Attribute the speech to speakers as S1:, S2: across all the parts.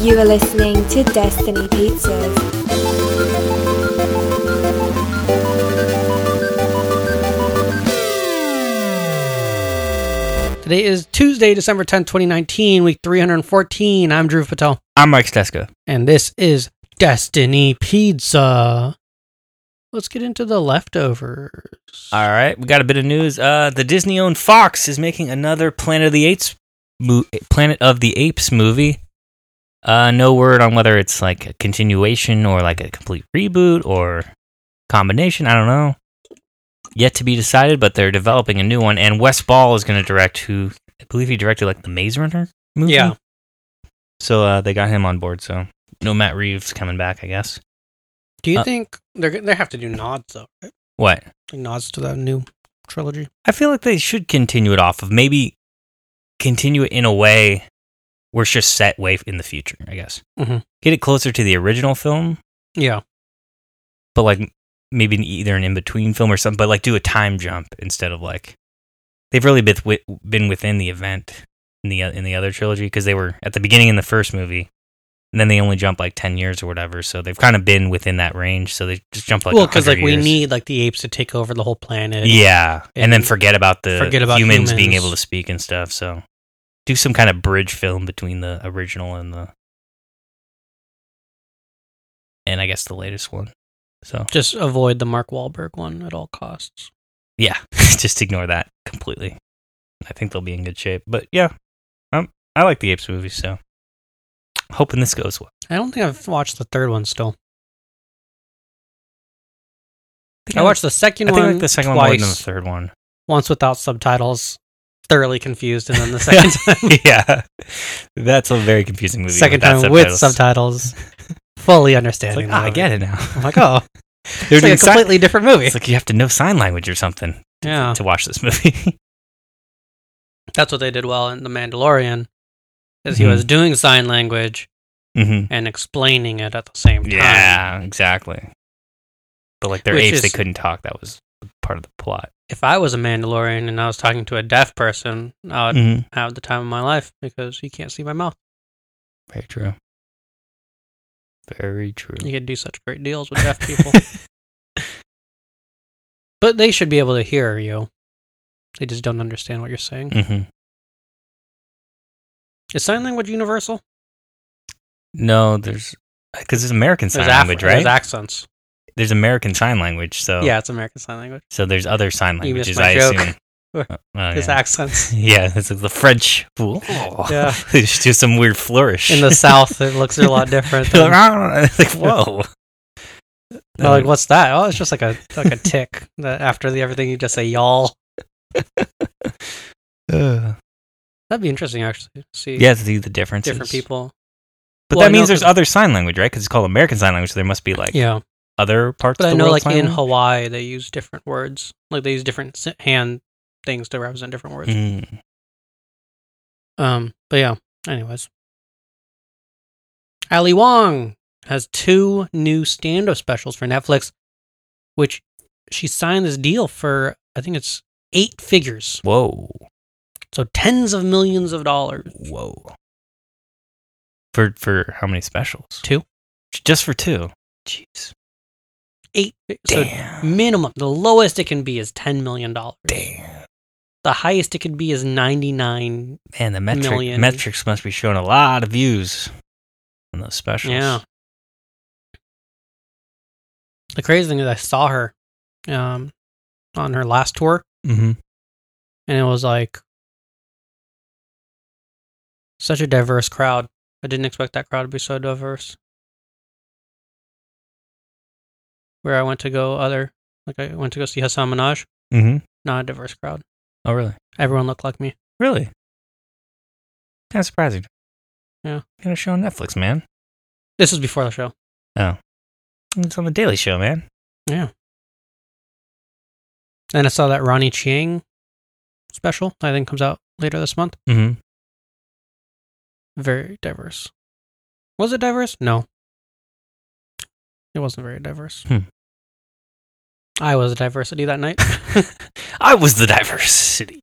S1: You are listening to Destiny Pizzas.
S2: Today is Tuesday, December 10th, 2019, week 314. I'm Drew Patel,
S3: I'm Mike Steska.
S2: and this is Destiny Pizza. Let's get into the leftovers.
S3: All right, we got a bit of news. Uh, the Disney-owned Fox is making another Planet of the Apes, mo- Planet of the Apes movie. Uh, no word on whether it's like a continuation or like a complete reboot or combination. I don't know. Yet to be decided, but they're developing a new one, and Wes Ball is going to direct. Who I believe he directed like the Maze Runner movie.
S2: Yeah.
S3: So uh, they got him on board. So no Matt Reeves coming back, I guess.
S2: Do you
S3: Uh,
S2: think they're g- they have to do nods though? Right?
S3: What?
S2: Like nods to that new trilogy.
S3: I feel like they should continue it off of maybe continue it in a way where it's just set way in the future, I guess.
S2: Mhm.
S3: Get it closer to the original film,
S2: Yeah.
S3: but like maybe an- either an in between film or something, but like do a time jump instead of like they've really been, wi- been within the event in the in the other trilogy because they were at the beginning in the first movie. And then they only jump like 10 years or whatever. So they've kind of been within that range. So they just jump like
S2: well, because like
S3: 100
S2: we
S3: years.
S2: need like the apes to take over the whole planet.
S3: Yeah, and, then
S2: and
S3: forget about the
S2: forget about
S3: humans, being
S2: humans.
S3: able to speak and stuff. So do some kind of bridge film between the original and the and I guess the latest one. So
S2: Just avoid the Mark Wahlberg one at all costs.
S3: yeah, just ignore that completely. I think they'll be in good shape. But yeah, um, I like the Apes movies, so hoping this goes well.
S2: I don't think I've watched the third one still.
S3: think
S2: I
S3: like-
S2: watched the second
S3: I think
S2: one.
S3: I like the second
S2: twice.
S3: one more than the third one.
S2: once without subtitles, thoroughly confused, and then the second time,
S3: yeah, that's a very confusing movie.
S2: second time
S3: without
S2: with subtitles, fully
S3: It's
S2: understanding.
S3: like,
S2: the
S3: ah, I
S2: movie.
S3: get it now.
S2: I'm like, oh,
S3: They're
S2: it's like
S3: doing
S2: a
S3: sign-
S2: completely different movie.
S3: It's like you have to know sign language or something
S2: yeah,
S3: to watch this movie.
S2: that's what they did well in The Mandalorian, is he
S3: Mhm.
S2: was doing sign language
S3: mm-hmm.
S2: and explaining it at the same time.
S3: Yeah, exactly. But like they're
S2: Which
S3: apes, they
S2: is-
S3: couldn't talk. That was part of the plot.
S2: If I was a Mandalorian and I was talking to a deaf person, I would
S3: Mm-hmm.
S2: have the time of my life because you can't see my mouth.
S3: Very true. Very true.
S2: You could do such great deals with deaf people. But they should be able to hear you. They just don't understand what you're saying.
S3: hmm
S2: Is sign language universal?
S3: No, there's because there's American sign
S2: Af-
S3: language, right? Oh.
S2: There's accents.
S3: There's American sign language, so
S2: Yeah, it's American Sign Language.
S3: So there's other sign
S2: You
S3: languages.
S2: missed my
S3: I
S2: joke.
S3: assume.
S2: Or
S3: Oh,
S2: There's
S3: yeah.
S2: accents.
S3: yeah, it's like the French. Ooh.
S2: Yeah.
S3: they just do some weird flourish
S2: In the South, it looks a lot different.
S3: They're
S2: Than,
S3: like, "Ah," it's like, whoa.
S2: They're like, what's that? Oh, it's just like a like a tick. that after the everything, you just say y'all.
S3: Uh,
S2: That'd be interesting, actually. to See
S3: yeah, see the differences.
S2: different people.
S3: But
S2: Well, I
S3: that
S2: know
S3: means there's
S2: 'cause-
S3: other sign language, right? Because it's called American Sign Language, so there must be like
S2: Yeah,
S3: other parts
S2: but
S3: of
S2: I
S3: the
S2: know,
S3: world
S2: like
S3: sign
S2: in
S3: language?
S2: Hawaii, they use different words. Like they use different si- hand things to represent different words.
S3: Mm.
S2: Um, but yeah. Anyways, Ali Wong has two new stand-up specials for Netflix, which she signed this deal for. I think it's eight figures,
S3: Whoa.
S2: so tens of millions of dollars.
S3: Whoa. For for how many specials?
S2: Two.
S3: J- Just for two. Jeez.
S2: Eight. fi- So
S3: Damn.
S2: minimum, the lowest it can be is ten million dollars.
S3: Damn.
S2: The highest it can be is ninety-nine.
S3: Man, the metric
S2: Million.
S3: metrics must be showing a lot of views on those specials.
S2: Yeah. The crazy thing is, I saw her, um, on her last tour,
S3: Mm-hmm.
S2: and it was like such a diverse crowd. I didn't expect that crowd to be so diverse. Where I went to go, other like I went to go see Hassan Minaj,
S3: Mm-hmm.
S2: not a diverse crowd.
S3: Oh, really?
S2: Everyone looked like me.
S3: Really? Kind of surprising.
S2: Yeah.
S3: Got a show on Netflix, man.
S2: This was before the show.
S3: It's on the Daily Show, man.
S2: Then I saw that Ronnie Chiang special. I think comes out later this month.
S3: Mm-hmm.
S2: Very diverse. Was it diverse? No. It wasn't very diverse.
S3: Hmm.
S2: I was a diversity that night.
S3: I was the diversity.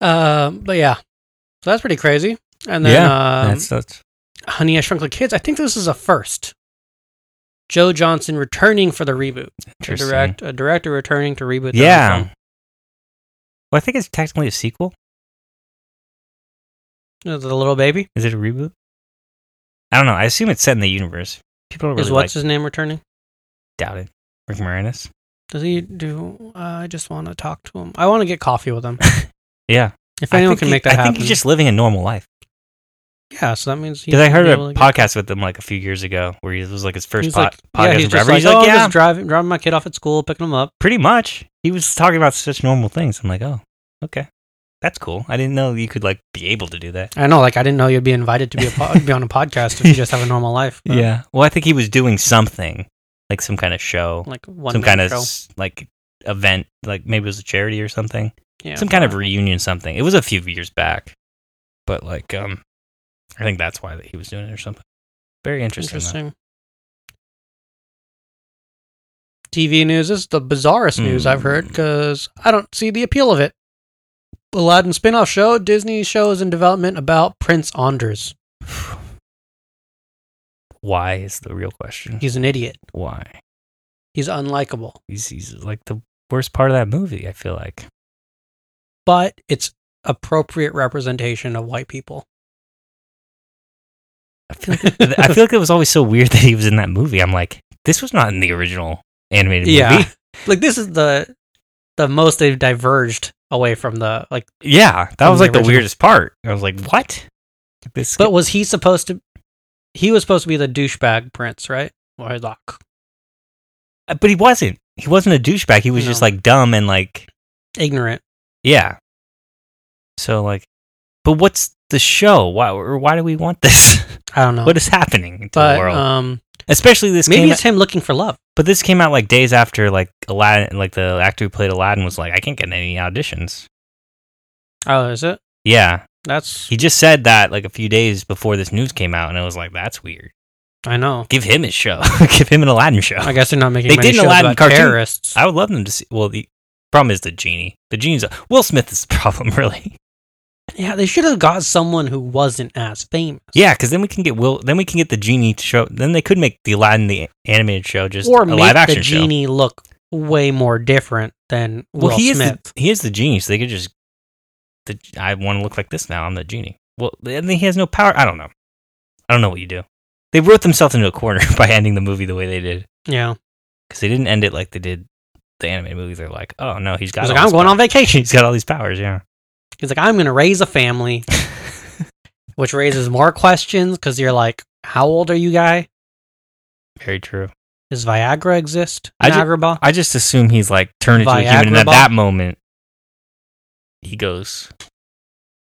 S2: Um, but yeah, so that's pretty crazy. And then um,
S3: that's that's
S2: Honey, I Shrunk the Kids. I think this is a first. Joe Johnson returning for the reboot. A,
S3: Interesting.
S2: direct, a director returning to reboot. their own
S3: yeah.
S2: film.
S3: Well, I think it's technically a sequel.
S2: Is it a little baby?
S3: Is it a reboot? I don't know. I assume it's set in the universe. People don't
S2: Is
S3: really
S2: what's his
S3: like,
S2: name returning?
S3: doubt it. Rick Moranis.
S2: Does he do? Uh, I just want to talk to him. I want to get coffee with him.
S3: Yeah.
S2: If anyone can
S3: he-
S2: make that
S3: I
S2: happen.
S3: think he's just living a normal life.
S2: yeah, so that means he
S3: Because I heard
S2: should be able
S3: a
S2: to get-
S3: podcast with him like a few years ago where he it was like his first
S2: he's like,
S3: pod- podcast
S2: yeah, he's
S3: in
S2: just
S3: forever.
S2: like,
S3: he's like,
S2: "Oh, I'm
S3: yeah,
S2: just driving, driving my kid off at school, picking him up.
S3: pretty much. He was talking about such normal things. I'm like, oh, okay. That's cool. I didn't know you could like be able to do that.
S2: I know, like I didn't know you'd be invited to be a po- be on a podcast if you just have a normal life. but,
S3: Yeah. Well, I think he was doing something like some kind of show,
S2: like one
S3: some kind of
S2: show.
S3: s- like event, like maybe it was a charity or something,
S2: yeah,
S3: some kind of reunion, something. It was a few years back, but like, um, I think that's why that he was doing it or something. Very interesting. though.
S2: interesting. TV news. This is the bizarrest news I've heard
S3: Hmm.
S2: because I don't see the appeal of it. Aladdin spin-off show. Disney show is in development about Prince Anders.
S3: Why is the real question?
S2: He's an idiot.
S3: Why?
S2: He's unlikable.
S3: He's, he's like the worst part of that movie. I feel like.
S2: but it's appropriate representation of white people.
S3: I feel like, I feel like it was always so weird that he was in that movie. I'm like, this was not in the original animated movie.
S2: Yeah. Like this is the the most they've diverged away from the like
S3: Yeah, that
S2: From
S3: was
S2: the
S3: like the,
S2: original.
S3: weirdest part. I was like, what? This
S2: but was he supposed to he was supposed to be the douchebag prince, right? Or like
S3: Uh, but he wasn't. He wasn't a douchebag. He was just
S2: No.
S3: like dumb and like
S2: ignorant.
S3: yeah. So like, but what's the show? Why or why do we want this?
S2: I don't know.
S3: what is happening to
S2: Uh, but
S3: the world?
S2: um
S3: Especially this
S2: maybe
S3: came
S2: it's him looking for love.
S3: But this came out like days after like Aladdin, like the actor who played Aladdin was like, I can't get any auditions.
S2: Oh, is it?
S3: Yeah,
S2: That's
S3: he just said that like a few days before this news came out, and I was like, that's weird.
S2: I know.
S3: Give him his show. Give him an Aladdin show.
S2: I guess they're not making
S3: They
S2: many
S3: did an
S2: shows
S3: Aladdin
S2: about
S3: cartoon.
S2: terrorists.
S3: I would love them to see. Well, the problem is the genie. The genie's Will Smith is the problem, really.
S2: yeah, they should have got someone who wasn't as famous.
S3: Yeah, because then we can get Will. Then we can get the genie to show. Then they could make the Aladdin the animated show just
S2: or
S3: a
S2: make
S3: live
S2: the
S3: action show.
S2: genie look way more different than
S3: Well,
S2: Will
S3: he
S2: Smith.
S3: is the, he is the genie, so they could just. The, I want to look like this now. I'm the genie. Well, and then he has no power. I don't know. I don't know what you do. They wrote themselves into a corner by ending the movie the way they did
S2: yeah,
S3: because they didn't end it like they did the animated movie. They're like, oh no, he's got.
S2: he's
S3: all
S2: like, I'm
S3: this
S2: going
S3: power."
S2: on vacation.
S3: He's got all these powers. Yeah.
S2: He's like, I'm going to raise a family, which raises more questions because you're like, how old are you, guy?
S3: Very true.
S2: Does Viagra exist?
S3: I ju-
S2: Viagra.
S3: I just assume he's like turned into a human, and
S2: Viagra
S3: at
S2: bomb?
S3: that moment, he goes.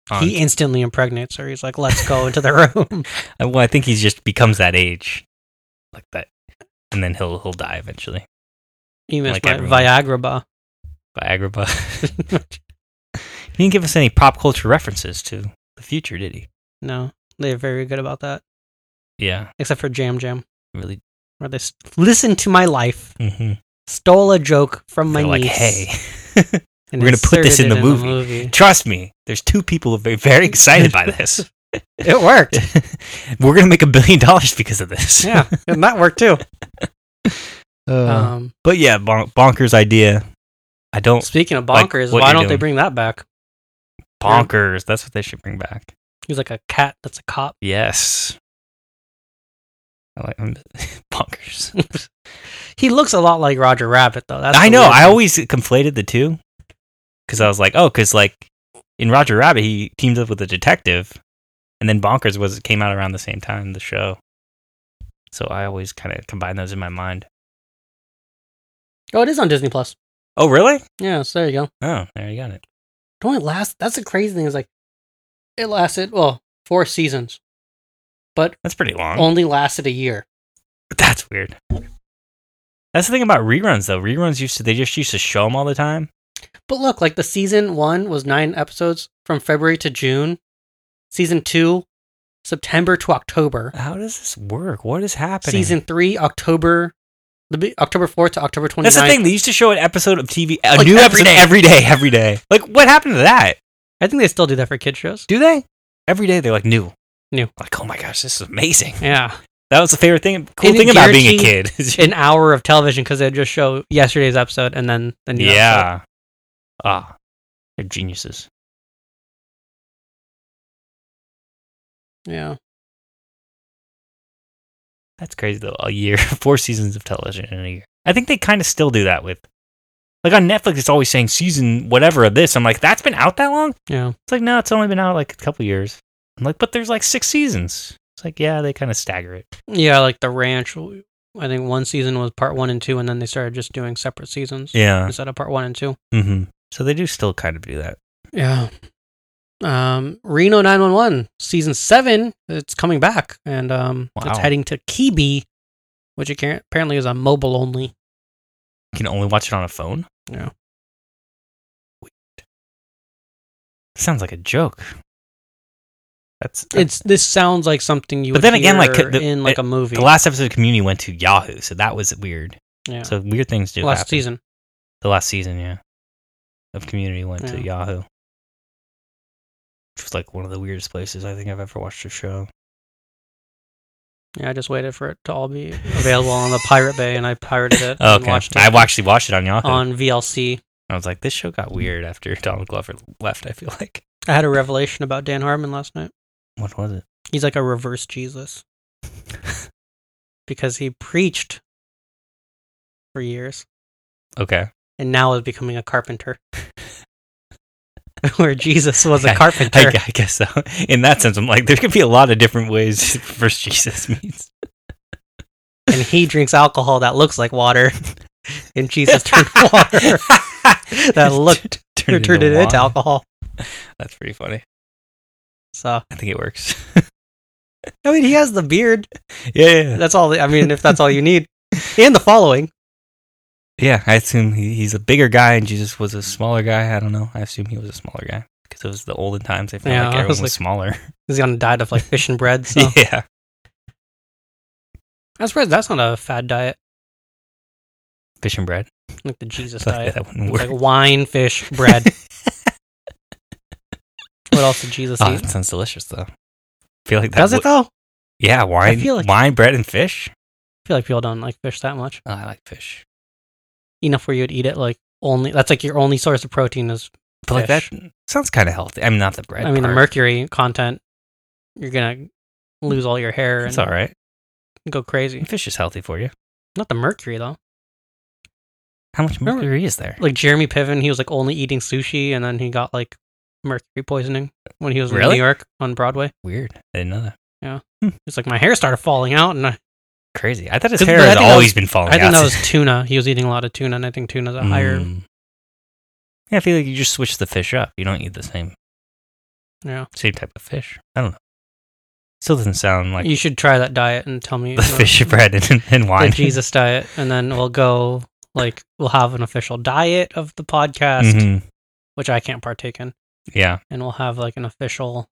S3: On.
S2: he instantly impregnates her. He's like, let's go into the room.
S3: Uh, well, I think he just becomes that age, like that, and then he'll he'll die eventually.
S2: You missed
S3: Like
S2: my
S3: everyone.
S2: Viagra. ba.
S3: Viagra Buzz. He didn't give us any pop culture references to the future, did he?
S2: no, they're very good about that,
S3: Yeah,
S2: except for Jam Jam,
S3: really.
S2: where they s- listen to my life,
S3: Mm-hmm.
S2: stole a joke from my
S3: They're like,
S2: niece.
S3: hey,
S2: and
S3: we're gonna put this
S2: inserted
S3: in the
S2: it
S3: movie." trust me. There's two people who are very, very excited by this.
S2: It worked.
S3: We're gonna make a billion dollars because of this.
S2: yeah, and that worked too.
S3: Uh,
S2: Um,
S3: but yeah, bon- bonkers idea. I don't
S2: speaking of
S3: like
S2: bonkers,
S3: what
S2: why
S3: you're
S2: don't they
S3: doing.
S2: bring that back?
S3: bonkers. That's what they should bring back.
S2: He's like a cat that's a cop.
S3: Yes. I like I'm, bonkers.
S2: He looks a lot like Roger Rabbit, though. That's
S3: I
S2: the
S3: know.
S2: weird
S3: I
S2: thing.
S3: always conflated the two because I was like, oh, because like in Roger Rabbit, he teamed up with a detective, and then Bonkers was came out around the same time the show. So I always kind of combine those in my mind.
S2: Oh, it is on Disney Plus.
S3: Oh, really?
S2: Yeah, so there you go.
S3: Oh, there you got it.
S2: Don't it last? That's the crazy thing is like, it lasted well four seasons, but
S3: That's pretty long.
S2: only lasted a year.
S3: That's weird. That's the thing about reruns, though. Reruns used to they just used to show them all the time.
S2: But look, like the season one was nine episodes from February to June. Season two, September to October.
S3: How does this work? What is happening?
S2: Season three, October, the be- October fourth to October 29th.
S3: That's the thing. They used to show an episode of TV, a
S2: Like,
S3: new
S2: every
S3: episode
S2: day.
S3: every day, every day. Like, what happened to that?
S2: I think they still do that for kid shows.
S3: Do they? Every day they're like new.
S2: New.
S3: Like, oh my gosh, this is amazing.
S2: Yeah.
S3: That was the favorite thing, cool
S2: And it
S3: thing about being a kid.
S2: guaranteed An hour of television because they'd just show yesterday's episode and then the new episode.
S3: yeah. Ah, they're geniuses.
S2: Yeah.
S3: That's crazy though. A year, four seasons of television in a year. I think they kind of still do that with, like on Netflix. It's always saying season whatever of this. I'm like, that's been out that long.
S2: Yeah.
S3: It's like, no, it's only been out like a couple years. I'm like, but there's like six seasons. It's like, yeah, they kind of stagger it.
S2: Yeah, like the ranch. I think one season was part one and two, and then they started just doing separate seasons
S3: Yeah.
S2: instead of part one and two.
S3: Mm-hmm. So they do still kind of do that.
S2: Yeah. Um, Reno 911 season seven. It's coming back, and um, it's
S3: Wow.
S2: heading to Kibi, which it can- apparently is on mobile only.
S3: You can only watch it on a phone.
S2: Yeah.
S3: Weird. Sounds like a joke. That's, uh, that's
S2: It's this sounds like something you.
S3: But
S2: would
S3: then again, like,
S2: hear
S3: the-
S2: in like
S3: it-
S2: a movie.
S3: the last episode of Community went to Yahoo, so that was weird.
S2: yeah.
S3: So weird things do
S2: last
S3: happen.
S2: season.
S3: The last season, yeah, of Community went to
S2: Yeah.
S3: Yahoo, which was like one of the weirdest places I think I've ever watched a show.
S2: Yeah, I just waited for it to all be available on the Pirate Bay, and I pirated it and
S3: Oh, okay,
S2: watched it
S3: I actually watched it on Yahoo.
S2: on VLC.
S3: I was like, this show got weird after Donald Glover left. I feel like
S2: I had a revelation about Dan Harmon last night.
S3: what was it?
S2: He's like a reverse Jesus because he preached for years
S3: Okay,
S2: and now is becoming a carpenter. Where Jesus was a
S3: I,
S2: carpenter.
S3: gu- I guess so. In that sense, I'm like, there could be a lot of different ways first Jesus means.
S2: and he drinks alcohol that looks like water. And Jesus turned water that looked
S3: turned,
S2: or turned it into
S3: wine.
S2: alcohol.
S3: That's pretty funny.
S2: So
S3: I think it works.
S2: I mean he has the beard.
S3: yeah, yeah, yeah.
S2: That's all I mean, if that's all you need. And the following.
S3: Yeah, I assume he, he's a bigger guy and Jesus was a smaller guy. I don't know. I assume he was a smaller guy because it was the olden times. They found
S2: Yeah,
S3: like
S2: I
S3: everyone
S2: was
S3: was,
S2: like-
S3: smaller.
S2: He's on a diet of like fish and bread, so
S3: Yeah,
S2: I'm surprised that's not a fad diet,
S3: fish and bread.
S2: like the Jesus
S3: Like,
S2: diet.
S3: that wouldn't
S2: It's
S3: work.
S2: like wine, fish, bread. what else did Jesus
S3: oh,
S2: eat?
S3: that sounds delicious though. I feel like that
S2: Does it
S3: would-
S2: though? I
S3: Yeah, wine,
S2: feel like-
S3: wine, bread, and fish.
S2: feel like people don't like fish that much.
S3: Oh, I like fish,
S2: Enough where you'd eat it like only. That's like your only source of protein is.
S3: but
S2: Fish.
S3: like that sounds kind of healthy. I mean, not the bread.
S2: I mean, the
S3: part.
S2: mercury content. You're gonna lose all your hair and
S3: It's all right.
S2: go crazy.
S3: Fish is healthy for you.
S2: Not the mercury though.
S3: How much
S2: Remember-
S3: mercury is there?
S2: Like Jeremy Piven, he was like only eating sushi, and then he got like mercury poisoning when he was in
S3: Really?
S2: New York on Broadway.
S3: Weird. I didn't know that.
S2: It's like my hair started falling out, and I,
S3: Crazy. I thought his
S2: But-
S3: hair
S2: but I
S3: has
S2: think that
S3: always
S2: was-
S3: been falling
S2: I
S3: out.
S2: think that was tuna. He was eating a lot of tuna, and I think tuna's a higher.
S3: Mm. Yeah, I feel like you just switch the fish up. You don't eat the same
S2: Yeah.
S3: same type of fish. I don't know. Still doesn't sound like
S2: you should try that diet and tell me
S3: the fish bread and, and
S2: the
S3: wine.
S2: Jesus diet, and then we'll go like we'll have an official diet of the podcast,
S3: Mhm.
S2: which I can't partake in,
S3: Yeah,
S2: and we'll have like an official.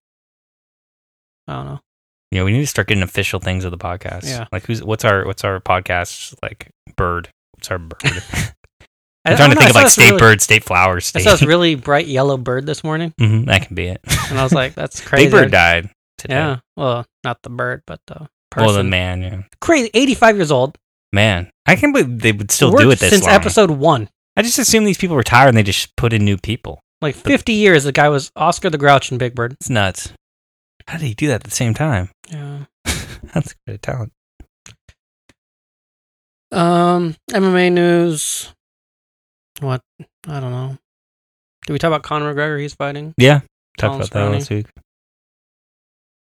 S2: I don't know.
S3: yeah. We need to start getting official things of the podcast.
S2: Yeah.
S3: Like who's what's our what's our podcast like bird? What's our bird?
S2: I-
S3: I'm
S2: I don't
S3: trying to
S2: know,
S3: think
S2: I
S3: of
S2: saw
S3: like
S2: this
S3: state
S2: really,
S3: bird, state flower,
S2: I
S3: state.
S2: saw this really bright yellow bird this morning,
S3: Mhm, that can be it.
S2: and I was like, "That's crazy."
S3: Big Bird died today.
S2: Yeah. Well, not the bird, but the person.
S3: Well, the man, yeah.
S2: Crazy. Eighty-five years old.
S3: man. I can't believe they would still do
S2: worked
S3: it this
S2: since
S3: long.
S2: episode one.
S3: I just assume these people retire and they just put in new people.
S2: Like fifty years, the guy was Oscar the Grouch and Big Bird.
S3: It's nuts. How did he do that at the same time?
S2: Yeah.
S3: That's quite a talent.
S2: Um, MMA news. What? I don't know. Did we talk about Conor McGregor? He's fighting.
S3: Yeah, talked
S2: Colin
S3: about
S2: Cerrone.
S3: that last week.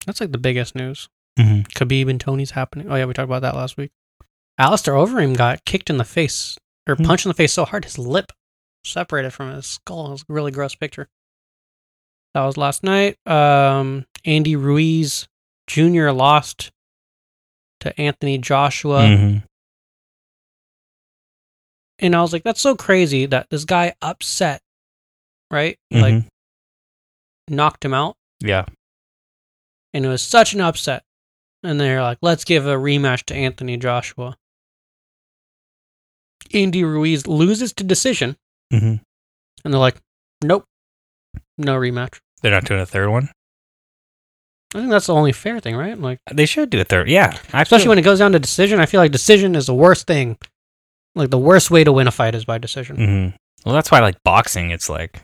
S2: That's like the biggest news.
S3: Mhm.
S2: Khabib and Tony's happening. Oh yeah, we talked about that last week. Alistair Overeem got kicked in the face or
S3: Hmm.
S2: punched in the face so hard his lip separated from his skull. It was a really gross picture. That was last night. Um, Andy Ruiz Jr. lost to Anthony Joshua.
S3: Mhm.
S2: and I was like, that's so crazy that this guy upset, right? Like
S3: Mhm. Mm-hmm.
S2: knocked him out,
S3: yeah,
S2: and it was such an upset. And they're like, let's give a rematch to Anthony Joshua. Andy Ruiz loses to decision,
S3: hmm
S2: and they're like, nope, no rematch.
S3: they're not doing a third one.
S2: I think that's the only fair thing, right? Like,
S3: They should do a third. Yeah, I
S2: especially
S3: feel-
S2: when it goes down to decision. I feel like decision is the worst thing. Like the worst way to win a fight is by decision.
S3: Mhm. Well, that's why I like boxing. It's like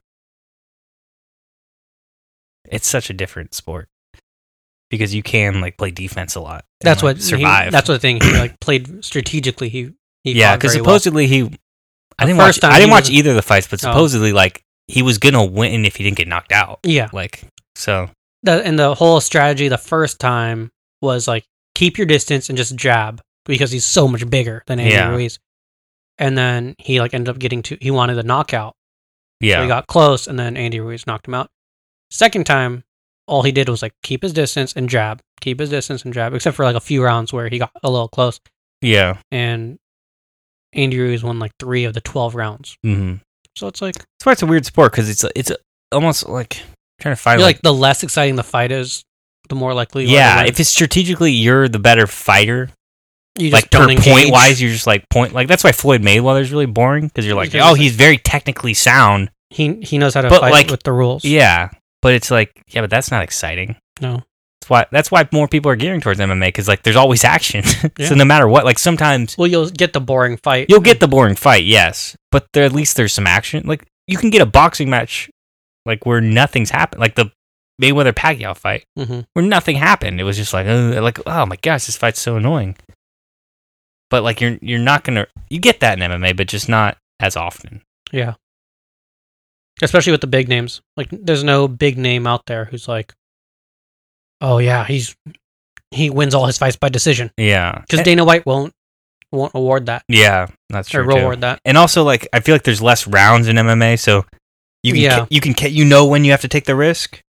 S3: it's such a different sport because you can like play defense a lot. and,
S2: That's what
S3: like,
S2: he-
S3: survive.
S2: that's what the thing. He like played strategically. He, he
S3: yeah,
S2: because
S3: because supposedly he. I
S2: The
S3: didn't
S2: first
S3: watch.
S2: time
S3: I
S2: he
S3: didn't watch
S2: wasn't-
S3: either of the fights, but
S2: Oh.
S3: supposedly like he was gonna win if he didn't get knocked out.
S2: yeah.
S3: Like so.
S2: The, and the whole strategy the first time was like keep your distance and just jab because he's so much bigger than Andy
S3: Yeah.
S2: Ruiz. And then he like ended up getting to he wanted the knockout. So
S3: Yeah.
S2: he got close, and then Andy Ruiz knocked him out. Second time, all he did was like keep his distance and jab, keep his distance and jab, except for like a few rounds where he got a little close,
S3: yeah.
S2: and Andy Ruiz won like three of the twelve rounds.
S3: hmm
S2: So it's like
S3: That's why it's a weird sport because it's it's almost like trying to
S2: I
S3: find
S2: feel like the less exciting the fight is, the more likely. you are to
S3: yeah.
S2: win.
S3: If it's strategically, you're the better fighter.
S2: you
S3: like per
S2: engage.
S3: point wise, you're just like point like that's why Floyd Mayweather's really boring because you're like,
S2: Okay,
S3: oh,
S2: it's like-
S3: he's very technically sound.
S2: he he knows how to
S3: But,
S2: fight
S3: like,
S2: with the rules.
S3: Yeah, but it's like, yeah, but that's not exciting.
S2: No.
S3: That's why that's why more people are gearing towards MMA because like there's always action.
S2: Yeah.
S3: so no matter what, like sometimes
S2: Well, you'll get the boring fight.
S3: you'll get the boring fight, yes, but there at least there's some action. Like you can get a boxing match like where nothing's happened, like the Mayweather Pacquiao fight
S2: hmm
S3: where nothing happened. It was just like, uh, like, oh my gosh, this fight's so annoying. But like, you're you're not gonna you get that in MMA, but just not as often.
S2: Yeah. Especially with the big names. Like there's no big name out there who's like Oh yeah, he's he wins all his fights by decision.
S3: Yeah,
S2: Cuz Dana White won't won't award that
S3: yeah, that's
S2: or
S3: true. too.
S2: reward that.
S3: And also, like, I feel like there's less rounds in MMA, so you can
S2: Yeah.
S3: you can ca- you know when you have to take the risk.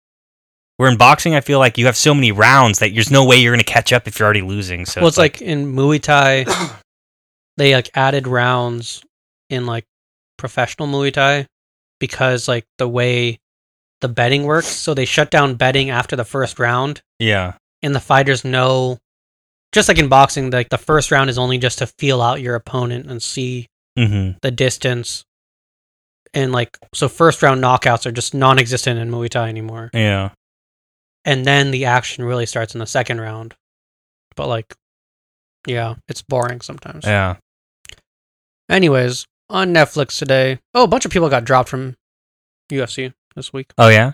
S3: Where in boxing, I feel like you have so many rounds that there's no way you're gonna catch up if you're already losing. So
S2: well, it's like, in Muay Thai they like added rounds in like professional Muay Thai because like the way the betting works, so they shut down betting after the first round
S3: yeah,
S2: and the fighters know just like in boxing like the first round is only just to feel out your opponent and see
S3: hmm
S2: the distance and like so first round knockouts are just non-existent in muay thai anymore
S3: yeah,
S2: and then the action really starts in the second round but like yeah it's boring sometimes
S3: yeah.
S2: anyways on netflix today oh a bunch of people got dropped from ufc this week
S3: Oh yeah.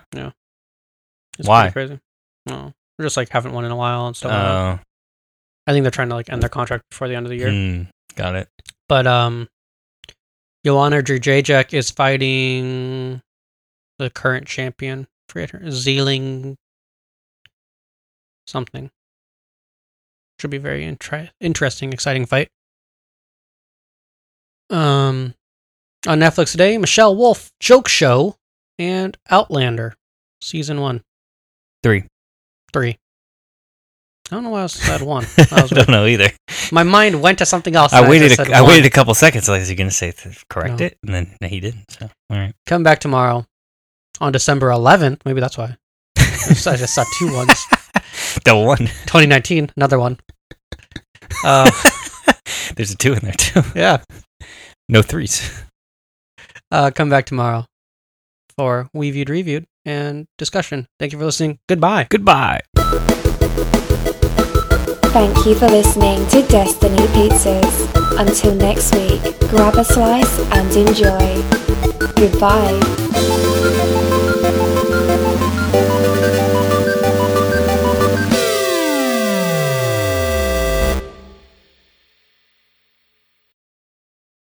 S2: it's
S3: Why?
S2: pretty crazy no just like haven't won in a while and
S3: Oh,
S2: stuff like that. i think they're trying to like end their contract before the end of the year
S3: mm, got it.
S2: But um, Joanna Jurjajek is fighting the current champion. Forget her. Zeeling something. Should be very intri- interesting, exciting fight. Um, on Netflix today, Michelle Wolf, Joke Show, and Outlander, season one,
S3: Three.
S2: three. I don't know why I said one. I
S3: I
S2: was weird.
S3: don't know either.
S2: My mind went to something else. and
S3: I waited.
S2: just said
S3: A, I
S2: one.
S3: waited a couple seconds. Like, is he going to say th- correct
S2: No.
S3: it? And then no, he didn't. So, all right.
S2: come back tomorrow on December 11th. Maybe that's why. I just- I just saw two ones.
S3: the one.
S2: 2019, another one. Uh,
S3: There's a two in there too.
S2: yeah.
S3: No threes.
S2: Uh, come back tomorrow for We Viewed, Reviewed, and discussion. Thank you for listening. Goodbye.
S3: Goodbye.
S1: Thank you for listening to Destiny Pizzas. Until next week, grab a slice and enjoy. Goodbye.